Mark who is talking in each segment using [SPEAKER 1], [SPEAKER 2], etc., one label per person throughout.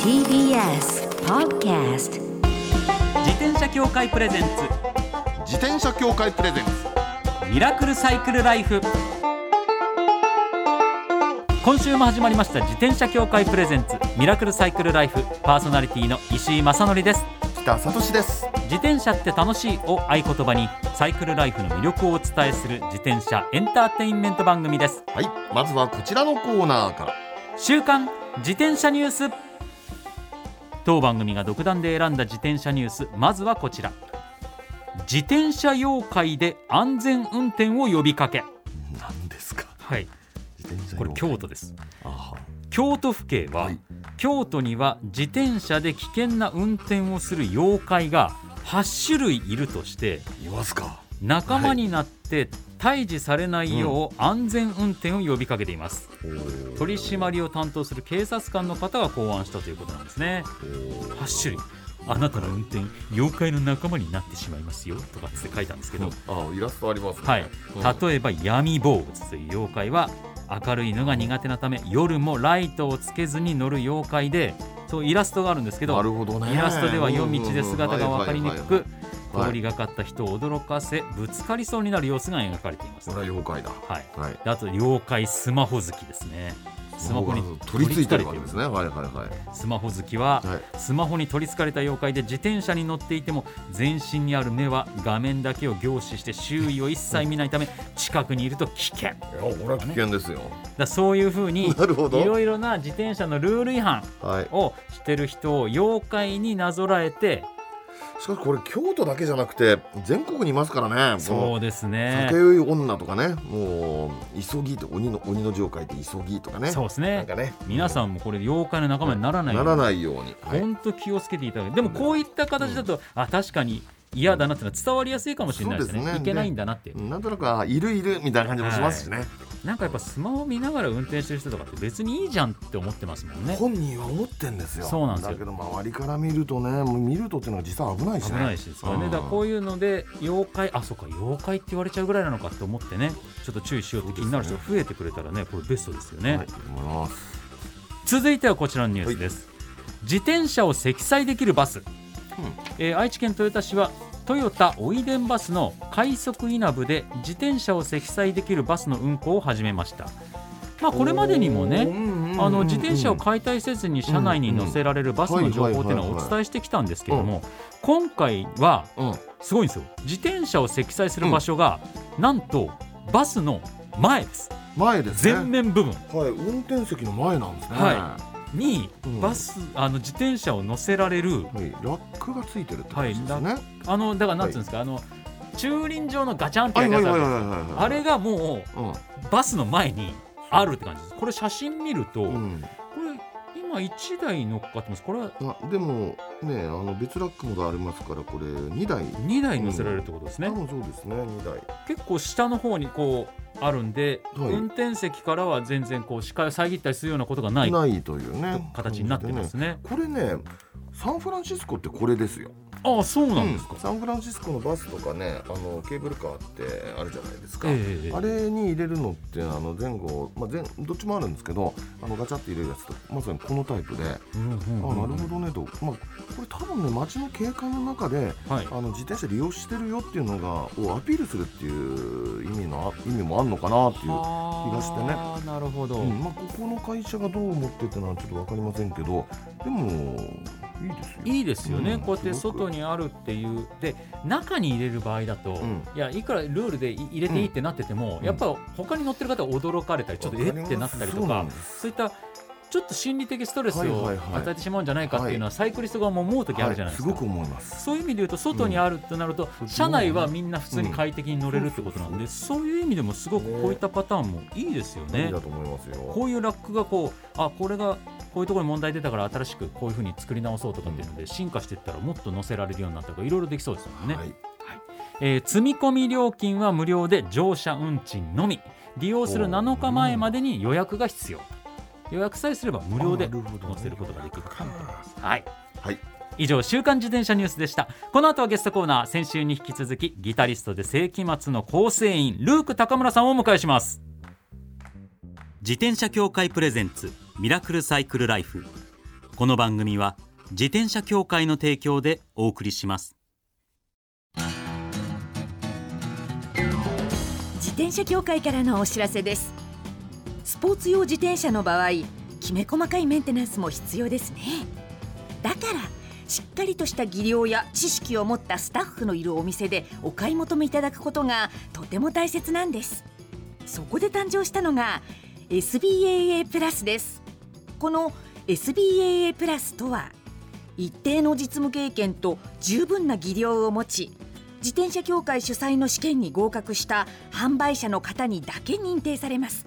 [SPEAKER 1] TBS Podcast
[SPEAKER 2] 自転車協会プレゼンツ
[SPEAKER 3] 自転車協会プレゼンツ
[SPEAKER 2] ミラクルサイクルライフ今週も始まりました自転車協会プレゼンツミラクルサイクルライフパーソナリティの石井正則です
[SPEAKER 3] 北里です
[SPEAKER 2] 自転車って楽しいを合言葉にサイクルライフの魅力をお伝えする自転車エンターテインメント番組です
[SPEAKER 3] はいまずはこちらのコーナーから
[SPEAKER 2] 週刊自転車ニュース当番組が独断で選んだ自転車ニュースまずはこちら自転車業界で安全運転を呼びかけ
[SPEAKER 3] 何ですか
[SPEAKER 2] はい
[SPEAKER 3] 自転車
[SPEAKER 2] これ京都です
[SPEAKER 3] あ
[SPEAKER 2] 京都府警は、
[SPEAKER 3] はい
[SPEAKER 2] 京都には自転車で危険な運転をする妖怪が8種類いるとして
[SPEAKER 3] いますか
[SPEAKER 2] 仲間になって退治されないよう安全運転を呼びかけています、取り締まりを担当する警察官の方が考案したということなんですね8種類あなたの運転妖怪の仲間になってしまいますよとかつって書いたんですけど、
[SPEAKER 3] あイラストありますね
[SPEAKER 2] はい
[SPEAKER 3] うん、
[SPEAKER 2] 例えば闇坊主という妖怪は明るいのが苦手なため夜もライトをつけずに乗る妖怪でそうイラストがあるんですけど
[SPEAKER 3] なるほどね
[SPEAKER 2] イラストでは夜道で姿が分かりにくく
[SPEAKER 3] はいはい
[SPEAKER 2] 通りがかった人を驚かせぶつかりそうになる様子が描かれています。
[SPEAKER 3] そ
[SPEAKER 2] は
[SPEAKER 3] れは
[SPEAKER 2] い、
[SPEAKER 3] 妖怪だはい
[SPEAKER 2] であと妖怪スマホ好きですねスマホに
[SPEAKER 3] 取り付いてるわけです
[SPEAKER 2] 取り
[SPEAKER 3] ねはいはいはい
[SPEAKER 2] つかれているスマホ好きは、
[SPEAKER 3] はい
[SPEAKER 2] スマホに取りつかれた妖怪で自転車に乗っていても全身にある目は画面だけを凝視して周囲を一切見ない ため近くにいると危険だか
[SPEAKER 3] いやこれは危険ですよ
[SPEAKER 2] らそういうふうにい
[SPEAKER 3] なるほど
[SPEAKER 2] ろいろな自転車のルール違反
[SPEAKER 3] はい
[SPEAKER 2] をしてる人を妖怪になぞらえて
[SPEAKER 3] しかしこれ京都だけじゃなくて全国にいますからね
[SPEAKER 2] そう
[SPEAKER 3] う
[SPEAKER 2] ですね
[SPEAKER 3] 酒酔い女とかねもう急ぎと鬼の鬼の字を書いて急ぎとかね
[SPEAKER 2] そうです
[SPEAKER 3] なん
[SPEAKER 2] ね
[SPEAKER 3] かね
[SPEAKER 2] 皆さんもこれ妖怪の仲間にならないよ
[SPEAKER 3] な
[SPEAKER 2] うに
[SPEAKER 3] らないようにはい
[SPEAKER 2] 本当気をつけていただきでもこういった形だと、あ確かに嫌だなっていうのは伝わりやすいかもしれないですね
[SPEAKER 3] そうですね
[SPEAKER 2] いけないんだなっていう、
[SPEAKER 3] なんとなくあいるいるみたいな感じもしますしね、
[SPEAKER 2] なんかやっぱスマホ見ながら運転してる人とかって別にいいじゃんって思ってますもんね
[SPEAKER 3] 本人は思ってんですよ
[SPEAKER 2] そうなんですよ
[SPEAKER 3] だけど周りから見るとねもう見るとっていうのは実は危ないし
[SPEAKER 2] 危
[SPEAKER 3] ね
[SPEAKER 2] ないしですからね
[SPEAKER 3] うん
[SPEAKER 2] だからこういうので妖怪あそうか妖怪って言われちゃうぐらいなのかと思ってねちょっと注意しようって気になる人が増えてくれたらねこれベストですよね、
[SPEAKER 3] はい思います
[SPEAKER 2] 続いてはこちらのニュースです、自転車を積載できるバス、えー愛知県豊田市はトヨタおいでんバスの快速いなぶで自転車を積載できるバスの運行を始めましたまあこれまでにも
[SPEAKER 3] おーう
[SPEAKER 2] ね
[SPEAKER 3] んうんうんうん
[SPEAKER 2] あの自転車を解体せずに車内に乗せられるバスの情報っていうのはお伝えしてきたんですけども今回は
[SPEAKER 3] うん
[SPEAKER 2] すごいんですよ自転車を積載する場所がなんとバスの前です
[SPEAKER 3] 前ですね
[SPEAKER 2] 前面部分
[SPEAKER 3] はい運転席の前なんですね
[SPEAKER 2] はに
[SPEAKER 3] うん
[SPEAKER 2] バス、あの自転車を乗せられる
[SPEAKER 3] い、ラックがついてるって感じですね、
[SPEAKER 2] あのだからなんていうんですか、あの駐輪場のガチャンってやるやつあるじゃないです
[SPEAKER 3] はいはいはいはいはい
[SPEAKER 2] かあれがもう
[SPEAKER 3] うん
[SPEAKER 2] バスの前にあるって感じですこれ写真見ると、こ
[SPEAKER 3] うん
[SPEAKER 2] れ今1台乗っかってますこれは
[SPEAKER 3] あでもねあの別ラックもがありますからこれ2台
[SPEAKER 2] 2台乗せられるってことですね、
[SPEAKER 3] 多分そうですね2台
[SPEAKER 2] 結構下の方にこうあるんで、
[SPEAKER 3] はい
[SPEAKER 2] 運転席からは全然こう視界を遮ったりするようなことがない
[SPEAKER 3] ないというね
[SPEAKER 2] 形になってますね
[SPEAKER 3] これねサンフランシスコってこれですよ
[SPEAKER 2] ああそうなんですか、
[SPEAKER 3] サンフランシスコのバスとかねあのケーブルカーってあるじゃないですか、
[SPEAKER 2] ええ
[SPEAKER 3] あれに入れるのってあの前後、まあ、前どっちもあるんですけどあのガチャって入れるやつとまさにこのタイプで、
[SPEAKER 2] うんうんうん
[SPEAKER 3] あなるほどねと、まあ、これ多分ね街の景観の中で
[SPEAKER 2] はい
[SPEAKER 3] あの自転車利用してるよっていうのがをアピールするっていう意味の意味もあるのかなっていう。
[SPEAKER 2] 気
[SPEAKER 3] がしてね
[SPEAKER 2] なるほど、
[SPEAKER 3] うんまあ、ここの会社がどう思ってってのはちょっと分かりませんけどでもいいですよ
[SPEAKER 2] いいですよね、
[SPEAKER 3] うん
[SPEAKER 2] こうやって
[SPEAKER 3] すごく
[SPEAKER 2] 外にあるっていうで中に入れる場合だと、
[SPEAKER 3] ん
[SPEAKER 2] いやいくらルールでい入れていいってなってても、
[SPEAKER 3] うん
[SPEAKER 2] やっぱ他に乗ってる方は驚かれたりちょっとえってなったりと
[SPEAKER 3] そう
[SPEAKER 2] か
[SPEAKER 3] んです
[SPEAKER 2] そういったちょっと心理的ストレス
[SPEAKER 3] はい
[SPEAKER 2] を
[SPEAKER 3] はいはい
[SPEAKER 2] 与えてしまうんじゃないかっていうのはサイクリスト側も思う時あるじゃないですか、
[SPEAKER 3] はい、すごく思います
[SPEAKER 2] そういう意味で言うと外にあるとなると、
[SPEAKER 3] うん
[SPEAKER 2] 車内はみんな普通に快適に乗れるってことなんで、そういう意味でもすごくこういったパターンもいいですよ
[SPEAKER 3] い
[SPEAKER 2] ね
[SPEAKER 3] いだ。と思いますよ
[SPEAKER 2] こういうラックがこうあこれがこういうところに問題出たから新しくこういうふうに作り直そうとかっていうので進化していったらもっと載せられるようになったとかいろいろできそうですもんね、
[SPEAKER 3] はい、
[SPEAKER 2] えー積み込み料金は無料で乗車運賃のみ利用する
[SPEAKER 3] おー
[SPEAKER 2] 7日前までに予約が必要予約さえすれば無料で
[SPEAKER 3] あなるほどね
[SPEAKER 2] 載せることができるかもと思います、はい、
[SPEAKER 3] はい、
[SPEAKER 2] 以上週刊自転車ニュースでしたこの後はゲストコーナー先週に引き続きギタリストで世紀末の構成員ルーク高村さんをお迎えします自転車協会プレゼンツ
[SPEAKER 4] ミラクルサイクルライフこの番組は自転車協会の提供でお送りします
[SPEAKER 1] 自転車協会からのお知らせですスポーツ用自転車の場合きめ細かいメンテナンスも必要ですねだからしっかりとした技量や知識を持ったスタッフのいるお店でお買い求めいただくことがとても大切なんですそこで誕生したのが SBAA プラスですこの SBAA プラスとは一定の実務経験と十分な技量を持ち自転車協会主催の試験に合格した販売者の方にだけ認定されます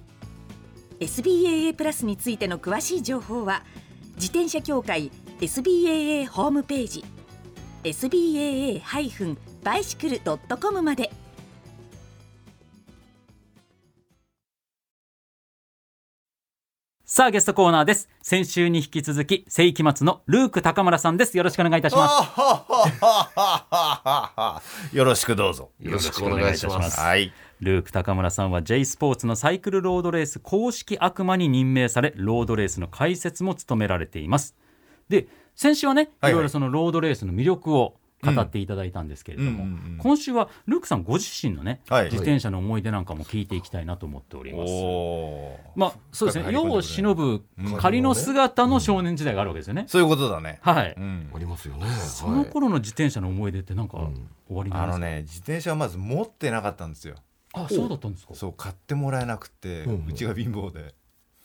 [SPEAKER 1] SBAA プラスについての詳しい情報は自転車協会 SBAA ホームページ SBAA-bicycle.com まで
[SPEAKER 2] さあゲストコーナーです先週に引き続き世紀末のルーク高村さんですよろしくお願いいたします
[SPEAKER 5] よろしくどうぞ。
[SPEAKER 2] よろしくお願いします
[SPEAKER 5] はい。
[SPEAKER 2] ルーク高村さんは J スポーツのサイクルロードレース公式悪魔に任命されロードレースの解説も務められていますで先週はねい
[SPEAKER 5] はいはい
[SPEAKER 2] ろいろそのロードレースの魅力を語っていただいたんですけれども、
[SPEAKER 5] うんうんうんうん
[SPEAKER 2] 今週はルークさんご自身のね、
[SPEAKER 5] はい
[SPEAKER 2] 自転車の思い出なんかも聞いていきたいなと思っております、
[SPEAKER 5] おー
[SPEAKER 2] まあそうですね
[SPEAKER 5] 深く入り
[SPEAKER 2] 世
[SPEAKER 5] 込んでくれ
[SPEAKER 2] を忍ぶ仮の姿の少年時代があるわけですよね、
[SPEAKER 5] そういうことだね。
[SPEAKER 2] はい、
[SPEAKER 5] うん
[SPEAKER 3] あ。りますよね。
[SPEAKER 2] その頃の自転車の思い出ってなんか終わりな
[SPEAKER 5] あ
[SPEAKER 2] んですか、
[SPEAKER 5] のね、自転車はまず持ってなかったんですよ。
[SPEAKER 2] あそうだったんですか
[SPEAKER 5] そう買ってもらえなくて、
[SPEAKER 3] うん
[SPEAKER 5] うちが貧乏で。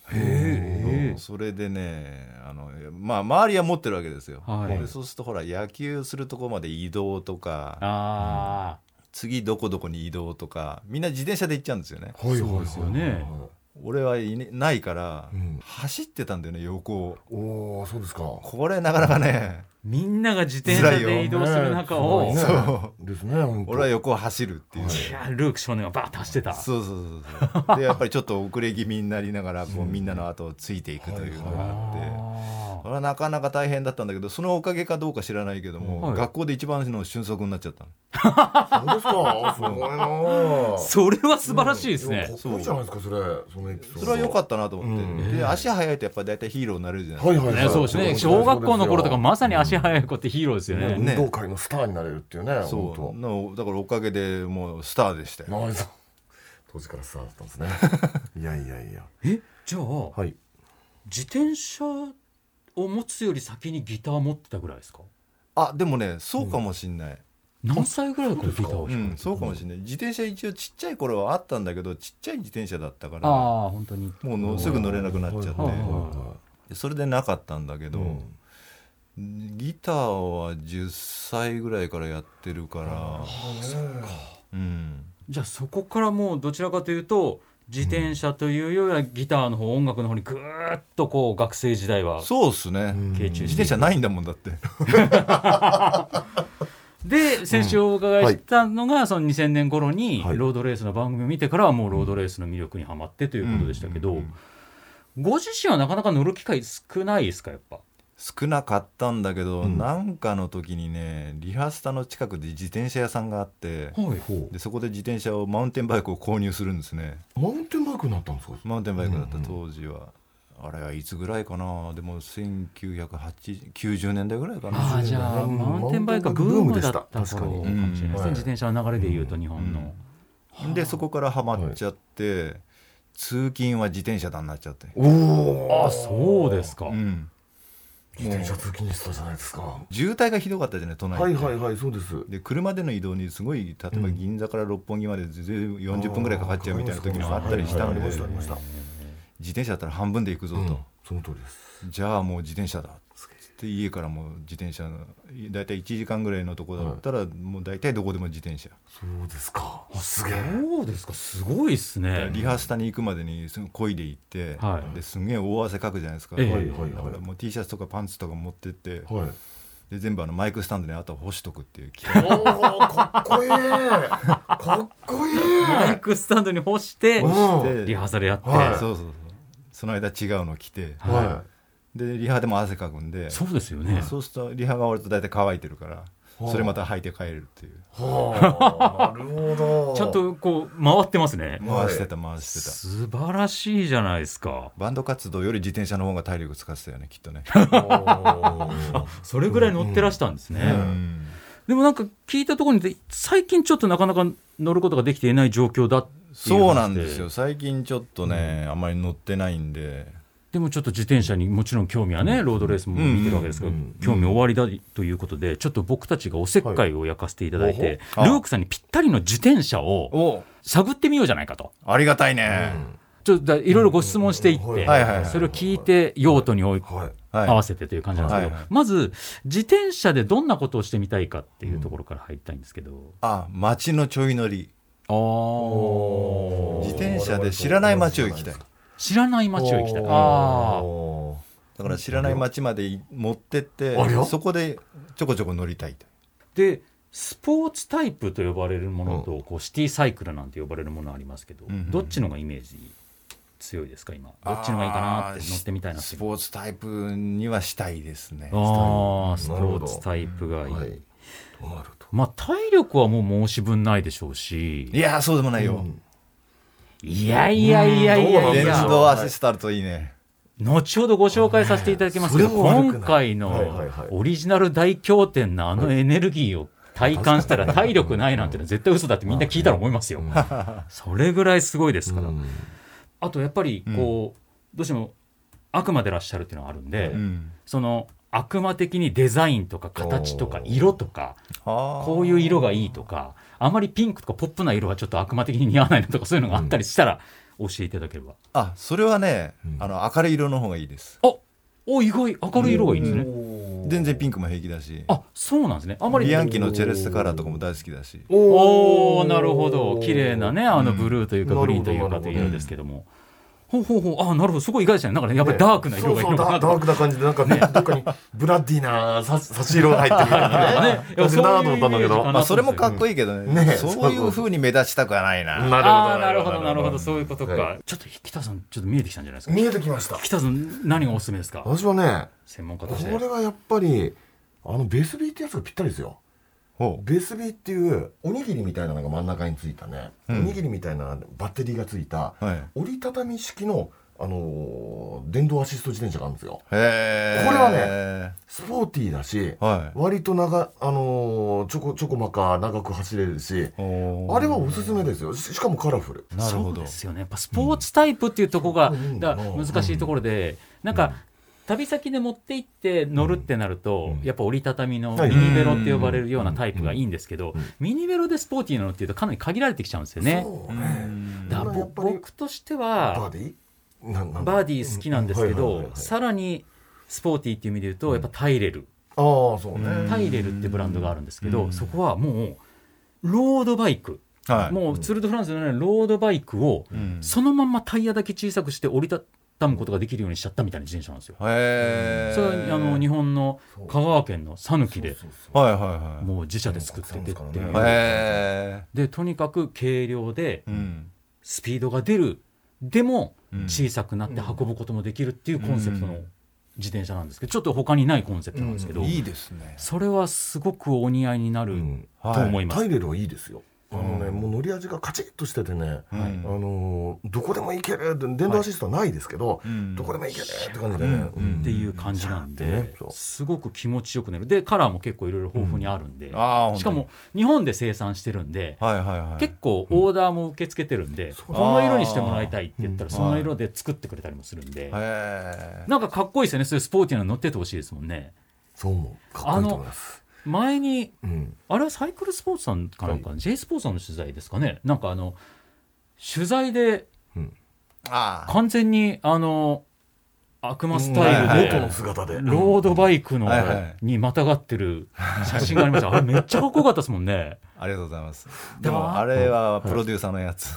[SPEAKER 2] へ
[SPEAKER 5] うんそれでねあの、まあ、周りは持ってるわけですよ、
[SPEAKER 2] はい
[SPEAKER 5] でそうするとほら野球するとこまで移動とか
[SPEAKER 2] ああ、
[SPEAKER 5] 次どこどこに移動とかみんな自転車で行っちゃうんですよね
[SPEAKER 3] はいはいはいはい
[SPEAKER 2] そうですよね
[SPEAKER 5] 俺はいねないから、
[SPEAKER 3] うん
[SPEAKER 5] 走ってたんだよね横を
[SPEAKER 3] おお、そうですか。
[SPEAKER 5] これなかなかね
[SPEAKER 2] みんなが自転車で移動する中を、
[SPEAKER 3] ね
[SPEAKER 5] 辛いよそ
[SPEAKER 3] ですね。本当
[SPEAKER 5] 俺は横を走るっていう、
[SPEAKER 2] いやルーク少年はバーッと走ってた
[SPEAKER 5] そうそうそうそうでやっぱりちょっと遅れ気味になりなが らこうみんなの後をついていくというのがあって、
[SPEAKER 2] あ
[SPEAKER 5] それはなかなか大変だったんだけどそのおかげかどうか知らないけども、
[SPEAKER 2] はい
[SPEAKER 5] 学校で一番の俊足になっちゃった
[SPEAKER 3] そうで
[SPEAKER 5] の
[SPEAKER 3] すか。すごいなあ
[SPEAKER 2] ー。それは素晴らしいです
[SPEAKER 3] やか
[SPEAKER 2] ね
[SPEAKER 3] っ、こいいじゃないですか、それ。そのエピソード。
[SPEAKER 5] それは良か
[SPEAKER 3] っ
[SPEAKER 5] ったなと思って、
[SPEAKER 3] うん
[SPEAKER 5] で足速いとやっぱ大体ヒーローになれるじゃないですか、
[SPEAKER 3] はいはいはい。
[SPEAKER 2] ねそうですね小学校の頃とかまさに足速い子ってヒーローですよね、
[SPEAKER 3] 運動会のスターになれるっていうね。
[SPEAKER 5] そ
[SPEAKER 3] 本
[SPEAKER 5] うのだからおかげでもうスターでした
[SPEAKER 3] 当。
[SPEAKER 5] よ
[SPEAKER 3] なるほど当時からスターだったんですね。 いやいやいや。
[SPEAKER 2] えじゃあ、
[SPEAKER 3] はい。
[SPEAKER 2] 自転車を持つより先にギター持ってたぐらいですか
[SPEAKER 5] あでもねそうかもしんない、
[SPEAKER 2] 何歳ぐらいからギターを
[SPEAKER 5] う
[SPEAKER 2] 弾
[SPEAKER 5] ん
[SPEAKER 2] く
[SPEAKER 5] そうかもしんない自転車一応ちっちゃい頃はあったんだけどちっちゃい自転車だったからも
[SPEAKER 2] ああ本当に
[SPEAKER 5] うのすぐ乗れなくなっちゃって、
[SPEAKER 2] はいはいは
[SPEAKER 5] でそれでなかったんだけど、ギターは10歳ぐらいからやってるから、うん、
[SPEAKER 2] じゃあそこからもうどちらかというと自転車というよりはギターの方音楽の方にぐーっとこう学生時代は
[SPEAKER 5] そうっすね、
[SPEAKER 2] 傾注
[SPEAKER 5] 自
[SPEAKER 2] して
[SPEAKER 5] 転車ないんだもんだって
[SPEAKER 2] で先週お伺いしたのが、その2000年頃にロードレースの番組を見てからはもうロードレースの魅力にはまってということでしたけど、
[SPEAKER 5] うんうん
[SPEAKER 2] ご自身はなかなか乗る機会少ないですかやっぱ。
[SPEAKER 5] 少なかったんだけど、
[SPEAKER 3] うん
[SPEAKER 5] なんかの時にねリハスタの近くで自転車屋さんがあって
[SPEAKER 2] はい、
[SPEAKER 5] でそこで自転車をマウンテンバイクを購入するんですね
[SPEAKER 3] マウンテンバイクになったんですか。
[SPEAKER 5] マウンテンバイクだった
[SPEAKER 3] うんうん
[SPEAKER 5] 当時は、あれはいつぐらいかなでも1990年代ぐらいかな
[SPEAKER 2] ああじゃあ
[SPEAKER 3] うん
[SPEAKER 2] マウンテンバイクがブームだった頃かもしれないですね、
[SPEAKER 5] うん
[SPEAKER 2] 自転車の流れでいうと日本の、
[SPEAKER 5] でそこからハマっちゃって、通勤は自転車だになっちゃって、
[SPEAKER 3] おお。
[SPEAKER 2] あそうですか、
[SPEAKER 5] うん
[SPEAKER 3] 自転車通勤してたじゃないですか。は
[SPEAKER 5] 渋滞がひどかったじゃない隣、
[SPEAKER 3] いはいはい、そうです。
[SPEAKER 5] で車での移動にすごい例えば銀座から六本木までず40分ぐらいかかっちゃうみたいな時もあったりしたので
[SPEAKER 3] はいはいありまし
[SPEAKER 5] 自
[SPEAKER 3] たありました
[SPEAKER 5] 転車だったら半分で行くぞ
[SPEAKER 3] うん
[SPEAKER 5] と、
[SPEAKER 3] その通りです。
[SPEAKER 5] じゃあもう自転車だで家からも自転車の大体1時間ぐらいのとこだったら、もう大体どこでも自転車
[SPEAKER 3] そうですかすげえ
[SPEAKER 2] そうですかすごいっすね
[SPEAKER 5] リハスタに行くまでにすごい漕いで行って、
[SPEAKER 2] はい
[SPEAKER 5] ですんげえ大汗かくじゃないですか、
[SPEAKER 2] ええ
[SPEAKER 5] だ
[SPEAKER 2] はい
[SPEAKER 3] はいはい
[SPEAKER 5] からもう T シャツとかパンツとか持ってって、
[SPEAKER 3] はい
[SPEAKER 5] で全部あのマイクスタンドにあとは干しとくっていう機
[SPEAKER 3] お
[SPEAKER 5] 械
[SPEAKER 3] ーかっこ いいかっこいい
[SPEAKER 2] マイクスタンドに干して
[SPEAKER 3] うん
[SPEAKER 5] で
[SPEAKER 2] リハーサルやって、
[SPEAKER 3] はい
[SPEAKER 5] そうそうそうその間違うの着て
[SPEAKER 3] は
[SPEAKER 5] でリハでも汗かくんで
[SPEAKER 2] そうですよね
[SPEAKER 5] そうするとリハが終わると大体乾いてるから
[SPEAKER 3] あ
[SPEAKER 5] それまた履いて帰るっていう
[SPEAKER 3] いはあなるほど
[SPEAKER 2] ちゃんとこう回ってますね
[SPEAKER 3] はい
[SPEAKER 5] 回してた回してた
[SPEAKER 2] 素晴らしいじゃないですか
[SPEAKER 5] バンド活動より自転車の方が体力使ってたよねきっ とね、
[SPEAKER 2] あそれぐらい乗ってらしたんですね、
[SPEAKER 5] うん
[SPEAKER 2] でもなんか聞いたところによると最近ちょっとなかなか乗ることができていない状況だっていう話
[SPEAKER 5] そうなんですよ最近ちょっとね、あんまり乗ってないんで
[SPEAKER 2] でもちょっと自転車にもちろん興味はねロードレースも見てるわけですけど、
[SPEAKER 3] うんうん
[SPEAKER 2] 興味おありだということでちょっと僕たちがおせっかいを焼かせていただいて、
[SPEAKER 5] はい
[SPEAKER 2] ルークさんにぴったりの自転車を
[SPEAKER 5] お
[SPEAKER 2] 探ってみようじゃないかと
[SPEAKER 5] ありがたいね、
[SPEAKER 2] ちょっとだいろいろご質問していって、
[SPEAKER 3] はい
[SPEAKER 5] はいはい
[SPEAKER 2] それを聞いて用途におい
[SPEAKER 3] はい
[SPEAKER 5] はい
[SPEAKER 2] 合わせてという感じなんですけど、
[SPEAKER 5] はいはい
[SPEAKER 2] まず自転車でどんなことをしてみたいかっていうところから入りたいんですけど、
[SPEAKER 5] あ街のちょい乗り
[SPEAKER 2] ああ
[SPEAKER 5] 自転車で知らない街を行きたい
[SPEAKER 2] 知らない街を行きたいあー
[SPEAKER 3] お
[SPEAKER 5] だから知らない街まで持ってって
[SPEAKER 3] ありゃ
[SPEAKER 5] そこでちょこちょこ乗りたいと
[SPEAKER 2] でスポーツタイプと呼ばれるものと、こうシティサイクルなんて呼ばれるものありますけど、
[SPEAKER 5] んうん
[SPEAKER 2] どっちのがイメージ強いですか今どっちのがいいかなって乗ってみたいな
[SPEAKER 5] あー
[SPEAKER 2] って
[SPEAKER 5] スポーツタイプにはしたいですね
[SPEAKER 2] あース
[SPEAKER 3] ス
[SPEAKER 2] ポ
[SPEAKER 3] ポーツなるほ
[SPEAKER 2] ー
[SPEAKER 3] ど
[SPEAKER 2] ツタイプがいい、
[SPEAKER 3] はいとなると
[SPEAKER 2] まあ体力はもう申し分ないでしょうし
[SPEAKER 5] いやーそうでもないよ、
[SPEAKER 2] いやいやいやいやい
[SPEAKER 5] 電
[SPEAKER 2] や
[SPEAKER 5] 動アシストあるといいね
[SPEAKER 2] 後ほどご紹介させていただきますけど、
[SPEAKER 3] それも悪くない
[SPEAKER 2] 今回
[SPEAKER 3] はいはい
[SPEAKER 2] の
[SPEAKER 3] はい
[SPEAKER 2] オリジナル大経典のあのエネルギーを体感したら体力ないなんてのは絶対嘘だってみんな聞いたら思いますよ。 それぐらいすごいですから。あとやっぱりこう、どうしても悪魔でらっしゃるっていうのがあるんで、
[SPEAKER 5] うん
[SPEAKER 2] その悪魔的にデザインとか形とか色とか
[SPEAKER 5] あ
[SPEAKER 2] こういう色がいいとかあまりピンクとかポップな色はちょっと悪魔的に似合わないなとかそういうのがあったりしたら教えていただければ。
[SPEAKER 5] あそれはね、
[SPEAKER 3] うん
[SPEAKER 5] あの明るい色の方がいいです
[SPEAKER 2] あお意外明るい色がいいんですね。
[SPEAKER 5] 全然ピンクも平気だし
[SPEAKER 2] あそうなんですね。あんまり
[SPEAKER 5] ビアンキのチェレステカラーとかも大好きだし
[SPEAKER 2] おおなるほど綺麗なねあのブルーというか
[SPEAKER 3] うん
[SPEAKER 2] グリーンという
[SPEAKER 3] な
[SPEAKER 2] か
[SPEAKER 3] るほど
[SPEAKER 2] という色ですけども、ほうほうほうあなるほどそこ意外でしたねなんかねやっぱりダークな色がいいのかなと
[SPEAKER 3] そうそうダダークな感じでなんかねどっかにブラッディーなさ差し色が入ってるような
[SPEAKER 2] ねい
[SPEAKER 3] ね
[SPEAKER 2] や
[SPEAKER 3] 感じ
[SPEAKER 2] そうい
[SPEAKER 3] だ
[SPEAKER 2] う
[SPEAKER 3] なと思ったんだけ
[SPEAKER 2] イメージ
[SPEAKER 3] ど
[SPEAKER 2] かな
[SPEAKER 5] まあそれもかっこいいけどね,、
[SPEAKER 3] ね
[SPEAKER 5] そういう風に目立ちたくはないな、
[SPEAKER 3] な
[SPEAKER 2] ああーなるほどなるほど
[SPEAKER 3] ど
[SPEAKER 2] そういうことか、
[SPEAKER 3] は
[SPEAKER 2] ちょっと北さんちょっと見えてきたんじゃないですか
[SPEAKER 3] 見えてきました
[SPEAKER 2] 北さん何がおすすめですか
[SPEAKER 3] 私はね
[SPEAKER 2] 専門家として
[SPEAKER 3] これはやっぱりあのベースビーってやつがぴったりですよ
[SPEAKER 5] ほ
[SPEAKER 3] ベースビーっていうおにぎりみたいなのが真ん中についたね、
[SPEAKER 5] ん
[SPEAKER 3] おにぎりみたいなバッテリーがついた、
[SPEAKER 5] はい
[SPEAKER 3] 折りたたみ式の、あのー電動アシスト自転車があるんですよ
[SPEAKER 5] うへえ
[SPEAKER 3] これはねスポーティーだし、
[SPEAKER 5] はい
[SPEAKER 3] 割と長、あのーちょこちょこまか長く走れるし
[SPEAKER 5] お
[SPEAKER 3] あれはおすすめですよししかもカラフル
[SPEAKER 5] なるほ
[SPEAKER 2] そう
[SPEAKER 5] ど
[SPEAKER 2] ですよねやっぱスポーツタイプっていうところが、
[SPEAKER 3] ん
[SPEAKER 2] だから難しいところで、なんか、旅先で持って行って乗るってなると、やっぱ折りたたみのミ
[SPEAKER 3] はい
[SPEAKER 2] ニベロって呼ばれるようなタイプがいいんですけど、ミニベロでスポーティーなのっていうとかなり限られてきちゃうんですよね。
[SPEAKER 3] そうね
[SPEAKER 2] だから
[SPEAKER 3] やっぱり
[SPEAKER 2] 僕として
[SPEAKER 3] バー
[SPEAKER 2] は
[SPEAKER 3] ディーななんだ
[SPEAKER 2] バーディー好きなんですけ
[SPEAKER 3] うんはいはいはい
[SPEAKER 2] ど
[SPEAKER 3] はい
[SPEAKER 2] さらにスポーティーっていう意味で言うとやっぱタイレル、
[SPEAKER 3] ああそうね、
[SPEAKER 2] タイレルってブランドがあるんですけど、そこはもうロードバイク、
[SPEAKER 5] はい
[SPEAKER 2] もうツール・ド・フランスのようなロードバイクを
[SPEAKER 5] ん
[SPEAKER 2] そのまんまタイヤだけ小さくして折りたたむことができるようにしちゃったみたいな自転車なんですよ。
[SPEAKER 5] へえ
[SPEAKER 2] それはあの日本の香川県の讃岐で
[SPEAKER 3] そうそう
[SPEAKER 5] はいはいはい
[SPEAKER 2] もう自社で作っててっていう
[SPEAKER 3] う。ん
[SPEAKER 5] へ
[SPEAKER 2] でとにかく軽量で
[SPEAKER 5] えうん
[SPEAKER 2] スピードが出るでも
[SPEAKER 5] うん
[SPEAKER 2] 小さくなって運ぶこともできるっていうコンセプトの自転車なんですけどちょっと他にないコンセプトなんですけど
[SPEAKER 5] いいですね
[SPEAKER 2] それはすごくお似合いになる
[SPEAKER 3] ん
[SPEAKER 2] と思います
[SPEAKER 3] タ。イレルはいいですよ。あのね、もう乗り味がカチッとしててね、
[SPEAKER 5] ん
[SPEAKER 3] あのーどこでも行けるって電動アシストはないですけど、
[SPEAKER 5] うん
[SPEAKER 3] どこでも行けるって感じでね、うん
[SPEAKER 2] っていう感じなん
[SPEAKER 3] うん
[SPEAKER 2] で
[SPEAKER 3] そう
[SPEAKER 2] すごく気持ちよくなるでカラーも結構いろいろ豊富にあるんで
[SPEAKER 5] ああ
[SPEAKER 2] しかも日本で生産してるんで
[SPEAKER 5] はいはいはい
[SPEAKER 2] 結構オーダーも受け付けてるんでこの色にしてもらいたいって言ったらその色で作ってくれたりもするんで
[SPEAKER 5] へえ
[SPEAKER 2] なんかかっこいいですよねそういうスポーティーなの乗っててほしいですもんね
[SPEAKER 3] そう思う。かっこいいと思います。
[SPEAKER 2] 前に
[SPEAKER 3] うん、
[SPEAKER 2] あれはサイクルスポーツさんかなんか J スポーツさんの取材ですかねなんかあの取材で
[SPEAKER 5] ああ
[SPEAKER 2] 完全にあの悪魔スタイルで
[SPEAKER 3] 元の姿で
[SPEAKER 2] ロードバイクの
[SPEAKER 5] はいはい
[SPEAKER 2] にまたがってる写真がありましたあれめっちゃかっこよかったですもんね
[SPEAKER 5] ありがとうございますでもあれはプロデューサーのやつ、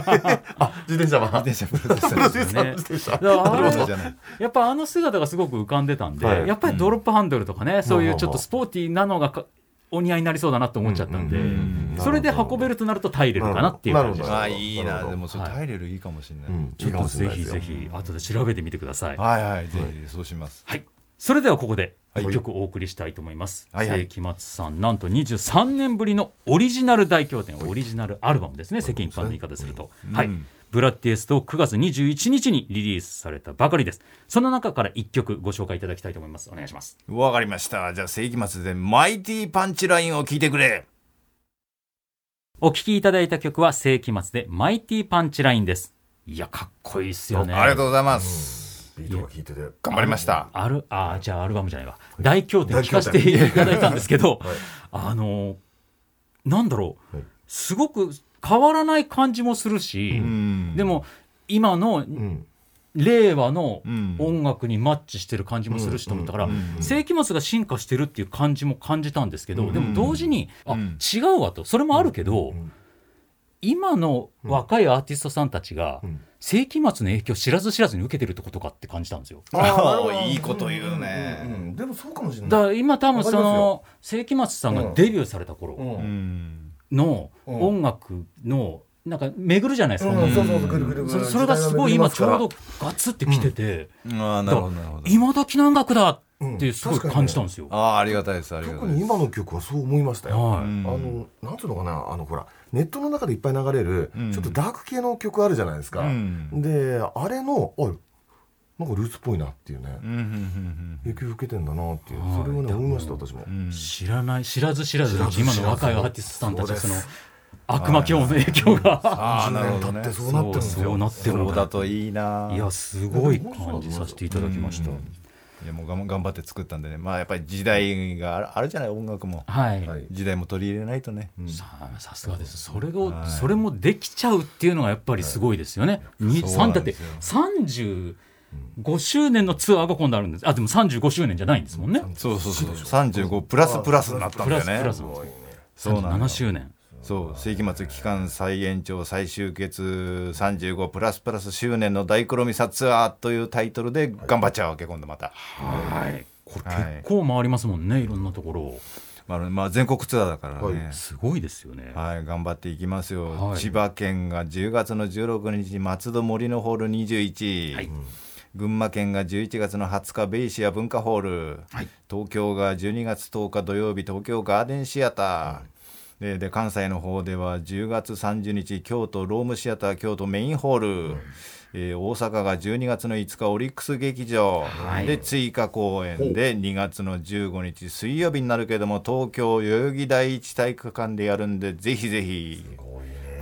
[SPEAKER 3] 自転車は
[SPEAKER 5] 自転車プロデューサ
[SPEAKER 3] プ
[SPEAKER 5] ー
[SPEAKER 3] ロ
[SPEAKER 5] の
[SPEAKER 3] デュ ーサーの自転車
[SPEAKER 2] だからあ
[SPEAKER 5] プロデューサ
[SPEAKER 2] れ
[SPEAKER 5] ーじゃない
[SPEAKER 2] やっぱあの姿がすごく浮かんでたんで、
[SPEAKER 3] はい
[SPEAKER 2] やっぱりドロップハンドルとかね、そういうちょっとスポーティーなのがかお似合いになりそうだなと思っちゃったんで、
[SPEAKER 3] うん
[SPEAKER 5] うんうん
[SPEAKER 2] それで運べるとなると耐えれるかなっていう感じです
[SPEAKER 3] なるほど
[SPEAKER 5] あーい
[SPEAKER 3] な
[SPEAKER 5] い
[SPEAKER 3] る
[SPEAKER 5] な
[SPEAKER 3] ほど
[SPEAKER 5] でもそれ
[SPEAKER 2] はい
[SPEAKER 5] タイレルいいかもしれない、
[SPEAKER 3] うん
[SPEAKER 2] ちょっとぜひぜ
[SPEAKER 3] いい
[SPEAKER 2] ひ後で調べてみてください、
[SPEAKER 5] はいはいぜひそうします、
[SPEAKER 2] はい、それではここで
[SPEAKER 5] はい
[SPEAKER 2] 一曲お送りしたいと思います、
[SPEAKER 5] はいはい
[SPEAKER 2] 世紀末さんなんと23年ぶりのオリジナル大経典オリジナルアルバムですね世間一般の言い方すると、
[SPEAKER 5] うん
[SPEAKER 2] はい
[SPEAKER 5] うん
[SPEAKER 2] ブラッディエストを9月21日にリリースされたばかりですその中から1曲ご紹介いただきたいと思いますお願いします
[SPEAKER 5] わかりました。じゃあ世紀末でマイティパンチラインを聞いてくれ。
[SPEAKER 2] お聴きいただいた曲は世紀末でマイティパンチラインですいやかっこいいっすよね
[SPEAKER 5] ありがとうございます。
[SPEAKER 3] ビートが効いてて
[SPEAKER 5] 頑張りました。
[SPEAKER 2] あるあーじゃあアルバムじゃないわ大経典聞かせていただいたんですけど、あのーなんだろう、
[SPEAKER 3] はい
[SPEAKER 2] すごく変わらない感じもするし、
[SPEAKER 5] ん
[SPEAKER 2] で、も今の
[SPEAKER 3] うん
[SPEAKER 2] 令和の
[SPEAKER 5] うん
[SPEAKER 2] 音楽にマッチしてる感じもするしと思ったから、世紀末が進化してるっていう感じも感じたんですけど、でも同時に、あ
[SPEAKER 5] うん
[SPEAKER 2] 違うわとそれもあるけど、
[SPEAKER 3] ん
[SPEAKER 2] 今の若いアーティストさんたちが、
[SPEAKER 3] うん
[SPEAKER 2] 世紀末の影響を知らず知らずに受けてるってことかって感じたんですよ。
[SPEAKER 5] ああ、いいこと言う
[SPEAKER 3] うんう
[SPEAKER 5] ね。
[SPEAKER 3] んでもそうかもしれ
[SPEAKER 2] だ
[SPEAKER 3] ない
[SPEAKER 2] から今多分そ
[SPEAKER 3] わ
[SPEAKER 2] の世紀末さんがデビューされた頃
[SPEAKER 3] う
[SPEAKER 5] うんん。
[SPEAKER 2] の
[SPEAKER 3] うん
[SPEAKER 2] 音楽のなんか巡るじゃないですか、
[SPEAKER 3] うん
[SPEAKER 2] 音楽
[SPEAKER 3] そうそうそうぐるぐるぐ
[SPEAKER 2] そ
[SPEAKER 3] る
[SPEAKER 2] れそれがすごい今ちょうどガツってきてて、
[SPEAKER 5] ああ、なるほど、なるほど。
[SPEAKER 2] 今時の音楽だってすごい感じたんですよ。
[SPEAKER 5] ああ、ありがたいです。ありがた
[SPEAKER 3] 特
[SPEAKER 5] いで
[SPEAKER 3] に
[SPEAKER 5] す。
[SPEAKER 3] 今の曲はそう思いましたよ、
[SPEAKER 2] はい
[SPEAKER 5] うん
[SPEAKER 3] あのなんていうのかなあのほらネットの中でいっぱい流れる、
[SPEAKER 5] うん
[SPEAKER 3] ちょっとダーク系の曲あるじゃないですか、
[SPEAKER 5] うん
[SPEAKER 3] であれのあなんかルーツっぽいなっていうね
[SPEAKER 5] うんうんうん
[SPEAKER 3] 影響受けてんだなっていう、
[SPEAKER 2] はい
[SPEAKER 3] それをね思いました私も、
[SPEAKER 5] うんうん
[SPEAKER 2] 知らない知らず知らずの今の若いアーティストさんたちがそ
[SPEAKER 3] そう
[SPEAKER 2] の
[SPEAKER 3] です
[SPEAKER 2] 悪魔教の影響が
[SPEAKER 5] ああ、なるほど
[SPEAKER 3] だって
[SPEAKER 5] ね。
[SPEAKER 3] そうなってるんですよ
[SPEAKER 2] そうなってる
[SPEAKER 5] そ
[SPEAKER 2] の
[SPEAKER 5] うだといいな。
[SPEAKER 2] いやすごい感じさせていただきました。
[SPEAKER 5] うんいやもう頑張頑張って作ったんでね。まあやっぱり時代があるあるじゃない、音楽も。
[SPEAKER 2] はい、
[SPEAKER 3] はい
[SPEAKER 5] 時代も取り入れないとね。
[SPEAKER 2] ささすがですそれを、
[SPEAKER 5] はい
[SPEAKER 2] それもできちゃうっていうのがやっぱりすごいですよね、に
[SPEAKER 5] そう
[SPEAKER 2] さんだ
[SPEAKER 5] なん
[SPEAKER 2] っ
[SPEAKER 5] で
[SPEAKER 2] て
[SPEAKER 5] すよ
[SPEAKER 2] 35周年のツアーが今度あるんですあでも35周年じゃないんですもんね
[SPEAKER 5] そうそうそう。35プラスプラスになったん
[SPEAKER 2] プラ
[SPEAKER 5] だよ
[SPEAKER 2] ス
[SPEAKER 5] ね。
[SPEAKER 2] プラス
[SPEAKER 5] そうな
[SPEAKER 2] 37
[SPEAKER 5] んだ
[SPEAKER 2] 周年
[SPEAKER 5] そう世紀末期間再延長再終結35プラスプラス周年の大黒みさツアーというタイトルで頑張っちゃうわけ今度また、
[SPEAKER 2] はいこれ
[SPEAKER 5] はい
[SPEAKER 2] 結構回りますもんねいろんなところを
[SPEAKER 5] まあまあ、全国ツアーだからね、
[SPEAKER 2] すごいですよね、
[SPEAKER 5] はい頑張っていきますよ、
[SPEAKER 2] はい
[SPEAKER 5] 千葉県が10月の16日松戸森のホール21、
[SPEAKER 2] はい
[SPEAKER 5] 群馬県が11月の20日ベイシア文化ホール、
[SPEAKER 2] はい
[SPEAKER 5] 東京が12月10日土曜日東京ガーデンシアター、でで関西の方では10月30日京都ロームシアター京都メインホール、えー大阪が12月の5日オリックス劇場、
[SPEAKER 2] はい
[SPEAKER 5] で追加公演で2月の15日水曜日になるけども東京代々木第一体育館でやるんでぜひぜひ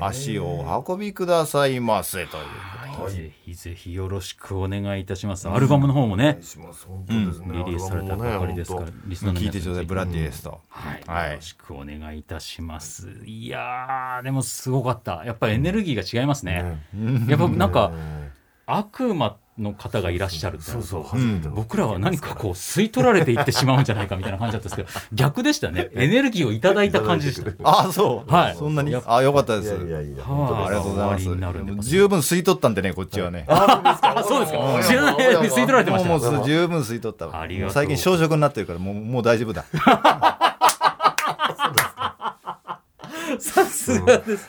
[SPEAKER 5] 足をお運びくださいませという。
[SPEAKER 2] はいぜひぜひよろしくお願いいたします、アルバムの方もね
[SPEAKER 3] します本当ですね、
[SPEAKER 2] リリースされたばかりですから、
[SPEAKER 3] アルバムもね本
[SPEAKER 2] リスナーの
[SPEAKER 5] 聞い
[SPEAKER 2] 皆
[SPEAKER 5] てち
[SPEAKER 2] さ
[SPEAKER 5] ょうんだい
[SPEAKER 2] ぜひ
[SPEAKER 5] ブラディエスト、
[SPEAKER 2] はい、
[SPEAKER 5] はい
[SPEAKER 2] よろしくお願いいたします。いやー、でもすごかった。やっぱエネルギーが違いますね。やっぱなんか、悪魔の方がいらっしゃるってな
[SPEAKER 3] 当
[SPEAKER 2] る
[SPEAKER 3] そう
[SPEAKER 2] と
[SPEAKER 3] そう初めての
[SPEAKER 2] 僕らは何かこう吸い取られていってしまうんじゃないかみたいな感じだったんですけど、逆でしたね。エネルギーをいただいた感じでした。
[SPEAKER 5] ああそう、
[SPEAKER 2] はい
[SPEAKER 5] そんなに
[SPEAKER 2] やっ
[SPEAKER 5] あよかったで
[SPEAKER 3] い
[SPEAKER 5] す
[SPEAKER 3] やいやいや
[SPEAKER 2] はい
[SPEAKER 5] ありがとうございます
[SPEAKER 2] 終わりになるんで
[SPEAKER 5] 十分吸い取ったんでねこっちはね、
[SPEAKER 2] あ、そうですか。知らない間に吸い取られてまし
[SPEAKER 5] もう
[SPEAKER 2] た。
[SPEAKER 5] もう十分吸い取ったわ
[SPEAKER 2] ありがとう
[SPEAKER 5] 最近小食になってるからもうもう大丈夫だ
[SPEAKER 2] さすがです。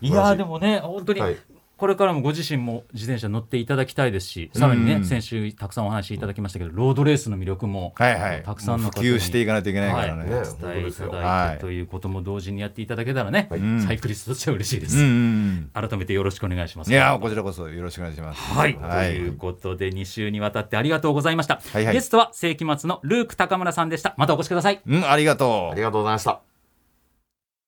[SPEAKER 2] いやーでもね、本当に
[SPEAKER 3] はい
[SPEAKER 2] これからもご自身も自転車乗っていただきたいですし、さらに
[SPEAKER 5] う
[SPEAKER 2] ね、
[SPEAKER 5] ん
[SPEAKER 2] 先週たくさんお話しいただきましたけど、ロードレースの魅力も、
[SPEAKER 5] はいはい
[SPEAKER 2] たくさんの
[SPEAKER 5] もう
[SPEAKER 2] 方
[SPEAKER 5] 普
[SPEAKER 2] に
[SPEAKER 5] 及していかないといけないからね、
[SPEAKER 3] は
[SPEAKER 2] お伝えいただい
[SPEAKER 5] は
[SPEAKER 2] て
[SPEAKER 5] い
[SPEAKER 2] ということも同時にやっていただけたらね、
[SPEAKER 5] ん
[SPEAKER 2] サイクリストとしては嬉しいで
[SPEAKER 5] うん
[SPEAKER 2] す。
[SPEAKER 5] うんうん
[SPEAKER 2] 改めてよろしくお願いします。
[SPEAKER 5] いやーこちらこそよろしくお願いします
[SPEAKER 2] はい、
[SPEAKER 5] はい
[SPEAKER 2] ということで2週にわたってありがとうございました、
[SPEAKER 5] いはい
[SPEAKER 2] ゲストは世紀末のルーク高村さんでしたまたお越しください
[SPEAKER 5] うんありがと
[SPEAKER 3] あ
[SPEAKER 5] う
[SPEAKER 3] りがとうございました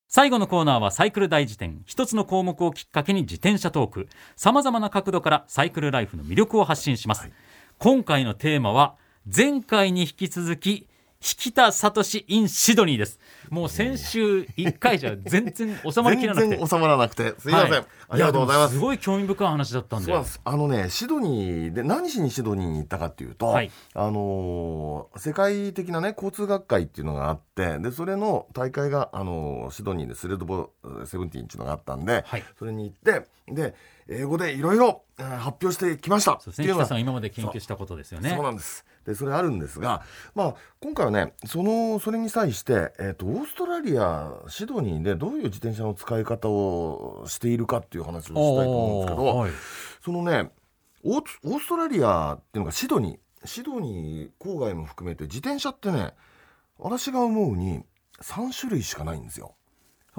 [SPEAKER 2] 最後のコーナーはサイクル大辞典一つの項目をきっかけに自転車トークさまざまな角度からサイクルライフの魅力を発信します、今回のテーマは前回に引き続き引田聡 in シドニーですもう先週1回じゃ全然収まりきらなく
[SPEAKER 3] 全
[SPEAKER 2] て
[SPEAKER 3] 然収まらなくてすいません、
[SPEAKER 2] は
[SPEAKER 3] ありがとうござい
[SPEAKER 2] や
[SPEAKER 3] ま
[SPEAKER 2] ですもすごい興味深い話だったんで
[SPEAKER 3] そうなんですあのねシドニーで何しにシドニーに行ったかっていうと、
[SPEAKER 2] はい
[SPEAKER 3] あのー世界的なね交通学会っていうのがあってでそれの大会が、あのーシドニーでスレッドボセブンティーンっていうのがあったんで、
[SPEAKER 2] はい
[SPEAKER 3] それに行ってで英語でいろいろえー発表してきました
[SPEAKER 2] そうで
[SPEAKER 3] っ
[SPEAKER 2] す
[SPEAKER 3] て
[SPEAKER 2] ね
[SPEAKER 3] いう
[SPEAKER 2] 引
[SPEAKER 3] の
[SPEAKER 2] 田
[SPEAKER 3] が
[SPEAKER 2] さん今まで研究したことですよね
[SPEAKER 3] そうなんです。でそれあるんですが、まあ今回はね、そのそれに際して、えっ、とオーストラリアシドニーでどういう自転車の使い方をしているかっていう話をしたいと思うんですけど、
[SPEAKER 2] おーはい
[SPEAKER 3] そのねオーツオーストラリアっていうのがシドニーシドニー郊外も含めて自転車ってね私が思うに3種類しかないんですよ。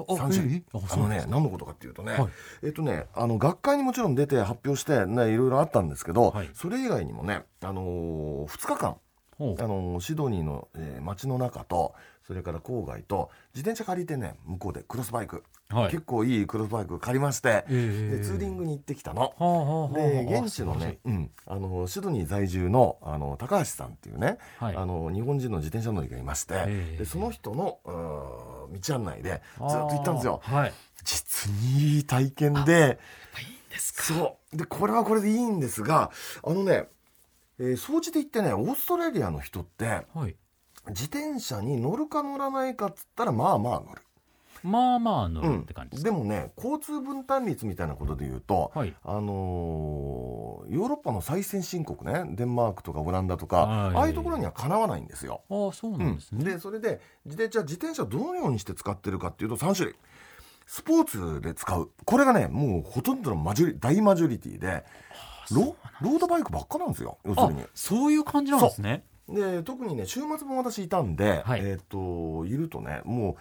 [SPEAKER 2] あ
[SPEAKER 3] 3種類
[SPEAKER 2] えーあ
[SPEAKER 3] あ
[SPEAKER 2] そう
[SPEAKER 3] の
[SPEAKER 2] なんで
[SPEAKER 3] ね
[SPEAKER 2] す
[SPEAKER 3] 何のことかっていうとね、
[SPEAKER 2] はい
[SPEAKER 3] えっとねあの学会にもちろん出て発表して、ね、いろいろあったんですけど、
[SPEAKER 2] はい
[SPEAKER 3] それ以外にもね、あの2日間
[SPEAKER 2] ほう
[SPEAKER 3] あのシドニーの、えー街の中とそれから郊外と自転車借りてね向こうでクロスバイク、
[SPEAKER 2] はい
[SPEAKER 3] 結構いいクロスバイク借りまし
[SPEAKER 2] え
[SPEAKER 3] て、
[SPEAKER 2] え
[SPEAKER 3] でツーリングに行ってきたの。
[SPEAKER 2] はあはあはあ
[SPEAKER 3] で
[SPEAKER 2] あ
[SPEAKER 3] 現地のね、うん、あのシドニー在住のあの高橋さんっていうね、
[SPEAKER 2] はい
[SPEAKER 3] あの日本人の自転車乗りがいまして、
[SPEAKER 2] ええ
[SPEAKER 3] でその人のうー道案内でずっと行ったんですよ。
[SPEAKER 2] あーはい
[SPEAKER 3] 実にいい体験でそうでこれはこれでいいんですがあのね、えー、総じて言ってねオーストラリアの人って
[SPEAKER 2] はい
[SPEAKER 3] 自転車に乗るか乗らないかっつったらまあまあ乗る。
[SPEAKER 2] まあまあ乗
[SPEAKER 3] う
[SPEAKER 2] る
[SPEAKER 3] ん
[SPEAKER 2] って感じです
[SPEAKER 3] でもね交通分担率みたいなことで言うと、
[SPEAKER 2] はい
[SPEAKER 3] あのーヨーロッパの最先進国ねデンマークとかオランダとか、
[SPEAKER 2] はい
[SPEAKER 3] ああいうところにはかなわないんですよ。
[SPEAKER 2] ああそうなんですね、
[SPEAKER 3] でそれで自転車自転車どのようにして使ってるかっていうと3種類スポーツで使うこれがねもうほとんどのマジョリ大マジョリティでロロードバイクばっかなんですよ要す
[SPEAKER 2] あ
[SPEAKER 3] るに。
[SPEAKER 2] そういう感じなんですね
[SPEAKER 3] で特にね週末も私いたんで、
[SPEAKER 2] はい
[SPEAKER 3] えっ、といるとねも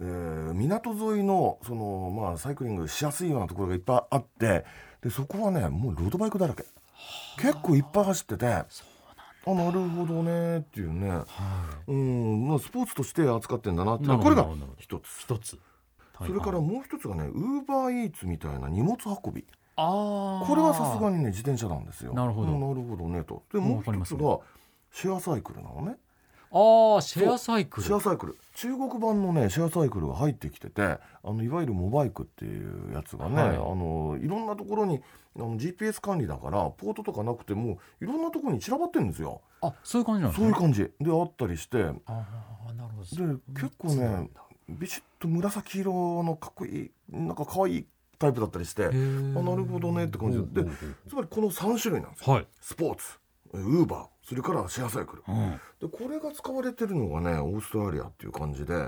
[SPEAKER 3] う、えー港沿いのそのまあサイクリングしやすいようなところがいっぱいあってでそこはねもうロードバイクだらけ結構いっぱい走っててあなるほどねっていうね、うんまあ、スポーツとして扱ってんだなっていう
[SPEAKER 2] なる
[SPEAKER 3] こ
[SPEAKER 2] ほ
[SPEAKER 3] れ
[SPEAKER 2] ど
[SPEAKER 3] が
[SPEAKER 2] なるほど
[SPEAKER 3] 一つ
[SPEAKER 2] 一つ
[SPEAKER 3] それからもう一つがねウーバーイーツみたいな荷物運び
[SPEAKER 2] ああ
[SPEAKER 3] これはさすがにね自転車なんですよ
[SPEAKER 2] なるほど
[SPEAKER 3] うんなるほどねとで
[SPEAKER 2] もう
[SPEAKER 3] もう
[SPEAKER 2] わかり
[SPEAKER 3] 一
[SPEAKER 2] ます
[SPEAKER 3] つ
[SPEAKER 2] ね
[SPEAKER 3] がシェアサイクルなのね
[SPEAKER 2] ああシェアサイクル
[SPEAKER 3] シェアサイクル中国版のねシェアサイクルが入ってきててあのいわゆるモバイクっていうやつがね、
[SPEAKER 2] はい
[SPEAKER 3] い、あのいろんなところにあの GPS 管理だからポートとかなくてもいろんなところに散らばってるんですよ
[SPEAKER 2] あそういう感じなんです
[SPEAKER 3] そういう
[SPEAKER 2] ね
[SPEAKER 3] 感じであったりしてで
[SPEAKER 2] ああなるほど
[SPEAKER 3] 結構ねビシッと紫色のかっこいいなんか可愛いタイプだったりしてあ
[SPEAKER 2] へー
[SPEAKER 3] なるほどねって感じででつまりこの3種類なんですよ
[SPEAKER 2] はい
[SPEAKER 3] スポーツウーバーそれからシェアサイクル、
[SPEAKER 2] うん
[SPEAKER 3] でこれが使われてるのがねオーストラリアっていう感じでへ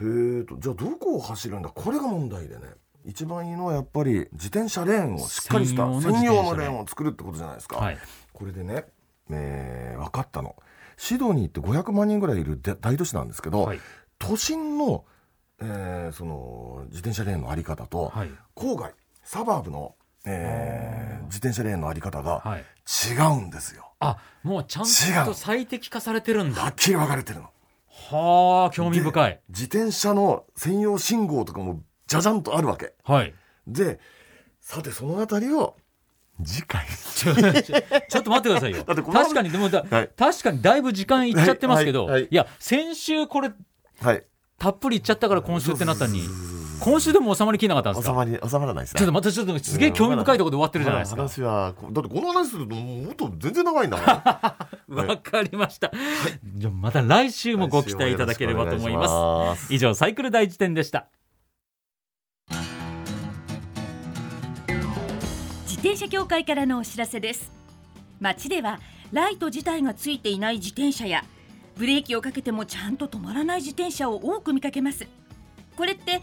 [SPEAKER 3] えとじゃあどこを走るんだこれが問題でね一番いいのはやっぱり自転車レーンをしっかりし
[SPEAKER 2] 専用
[SPEAKER 3] た
[SPEAKER 2] の自転
[SPEAKER 3] 専
[SPEAKER 2] 車レーン
[SPEAKER 3] 用のレーンを作るってことじゃないですか、
[SPEAKER 2] はい
[SPEAKER 3] これでね、えー分かったのシドニーって500万人ぐらいいるで大都市なんですけど、
[SPEAKER 2] はい
[SPEAKER 3] 都心の,、えーその自転車レーンのあり方と、
[SPEAKER 2] はい
[SPEAKER 3] 郊外サバーブの、えー自転車レーンのあり方
[SPEAKER 2] は
[SPEAKER 3] が
[SPEAKER 2] い
[SPEAKER 3] 違うんですよ、
[SPEAKER 2] あもうちゃん
[SPEAKER 3] 違
[SPEAKER 2] と
[SPEAKER 3] う
[SPEAKER 2] 最適化されてるんだ
[SPEAKER 3] はっきり分かれてるの
[SPEAKER 2] はあ興味深い
[SPEAKER 3] で自転車の専用信号とかもじゃじゃんとあるわけ
[SPEAKER 2] はい
[SPEAKER 3] でさてそのあたりを次回
[SPEAKER 2] ちょちょちょっと待ってくだ さいよ。
[SPEAKER 3] ってこの
[SPEAKER 2] 確かに、でもだ、
[SPEAKER 3] はい
[SPEAKER 2] 確かにだいぶ時間いっちゃってますけど、
[SPEAKER 3] はいはい
[SPEAKER 2] い
[SPEAKER 3] はい
[SPEAKER 2] や、先週これ、
[SPEAKER 3] はい
[SPEAKER 2] たっぷりいっちゃったから今週ってなったのに
[SPEAKER 3] そうそうそうそう、
[SPEAKER 2] 今週でも収まりきれなかったんです
[SPEAKER 3] 収
[SPEAKER 2] か
[SPEAKER 3] まり収まらないですね
[SPEAKER 2] ちょっとまたちょっとすげえ興味深いところで終わってるじゃないですか。
[SPEAKER 3] 話はこうだってこの話するともっと全然長いんだも んははい
[SPEAKER 2] わかりました。じゃあまた来週
[SPEAKER 3] い
[SPEAKER 2] もご期待いただければと思います。
[SPEAKER 3] よろしくお願いします
[SPEAKER 2] 以上、サイクル大辞典でした。
[SPEAKER 1] 自転車協会からのお知らせです街ではライト自体がついていない自転車やブレーキをかけてもちゃんと止まらない自転車を多く見かけますこれって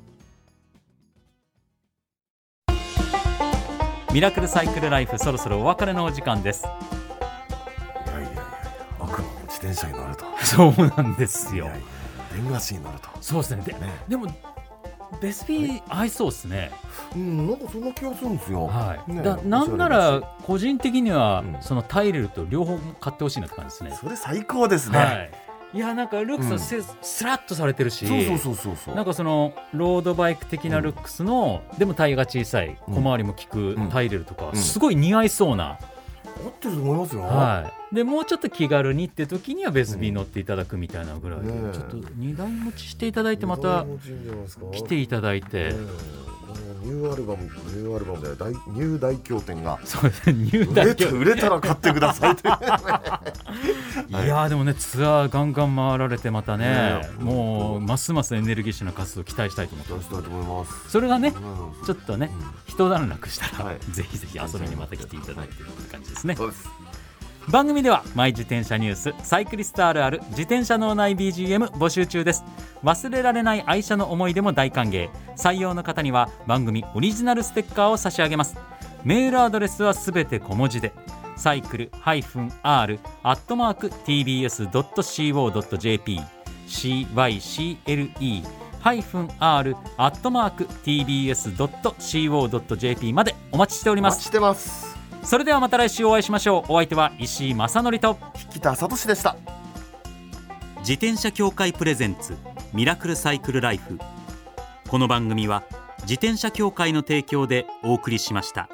[SPEAKER 2] ミラクルサイクルライフそろそろお別れのお時間です
[SPEAKER 3] いやいやいや悪魔も自転車に乗ると
[SPEAKER 2] そうなんです
[SPEAKER 3] い
[SPEAKER 2] よ
[SPEAKER 3] やいや電話しに乗ると
[SPEAKER 2] そうですねで
[SPEAKER 3] ね
[SPEAKER 2] でもベスビー合いそうですね、
[SPEAKER 3] うんなんかそんな気がするんですよ
[SPEAKER 2] はい
[SPEAKER 3] ね
[SPEAKER 2] だなんな
[SPEAKER 3] おしゃれ
[SPEAKER 2] ら個人的には、
[SPEAKER 3] うん
[SPEAKER 2] そのタイレルと両方買ってほしいなって感じですね
[SPEAKER 3] だしそれ最高ですね、
[SPEAKER 2] はい、いやなんかルックスはせ、スラッとされてるし
[SPEAKER 3] そうそうそうそうそう
[SPEAKER 2] なんかそのロードバイク的なルックスの、でもタイが小さい
[SPEAKER 3] うん
[SPEAKER 2] 小回りも利く
[SPEAKER 3] うん
[SPEAKER 2] タイレルとか、
[SPEAKER 3] うん
[SPEAKER 2] すごい似合いそうな、
[SPEAKER 3] 合ってると思いますよ、
[SPEAKER 2] はい、でもうちょっと気軽にって時にはベスビー乗っていただくみたいなぐらいで、
[SPEAKER 3] ねえ
[SPEAKER 2] ちょっと2台持ちしていただいてま
[SPEAKER 3] 二
[SPEAKER 2] た
[SPEAKER 3] 台持ちいいんじゃないですか
[SPEAKER 2] 来ていただいて、
[SPEAKER 3] うんこのニューアルバムニューアルバムで大ニュー大経典が
[SPEAKER 2] そうですね入
[SPEAKER 3] 売
[SPEAKER 2] 団
[SPEAKER 3] れた売れたら買ってくださいって
[SPEAKER 2] いやーでもねツアーガンガン回られてまたね
[SPEAKER 3] ねえ
[SPEAKER 2] もうますますエネルギッシュな活動を期待したいと思って
[SPEAKER 3] 出
[SPEAKER 2] ま
[SPEAKER 3] し
[SPEAKER 2] す
[SPEAKER 3] たいと思います
[SPEAKER 2] それがね
[SPEAKER 3] うん
[SPEAKER 2] ちょっとね、
[SPEAKER 3] うん
[SPEAKER 2] 一段落したら、
[SPEAKER 3] はい
[SPEAKER 2] ぜひぜひ遊びにまた来ていただいてるって感じですね、
[SPEAKER 3] そうです
[SPEAKER 2] 番組ではマイ自転車ニュースサイクリストあるある自転車脳内 BGM 募集中です忘れられない愛車の思い出も大歓迎採用の方には番組オリジナルステッカーを差し上げますメールアドレスはすべて小文字でサイクル -r アットマーク tbs.co.jp cycle -r アットマーク tbs.co.jp までお待ちしており
[SPEAKER 3] お
[SPEAKER 2] ま
[SPEAKER 3] 待ち
[SPEAKER 2] す
[SPEAKER 3] してます
[SPEAKER 2] それではまた来週お会いしましょうお相手は石井正則と
[SPEAKER 3] 引田聡でした
[SPEAKER 4] 自転車協会プレゼンツミラクルサイクルライフこの番組は自転車協会の提供でお送りしました。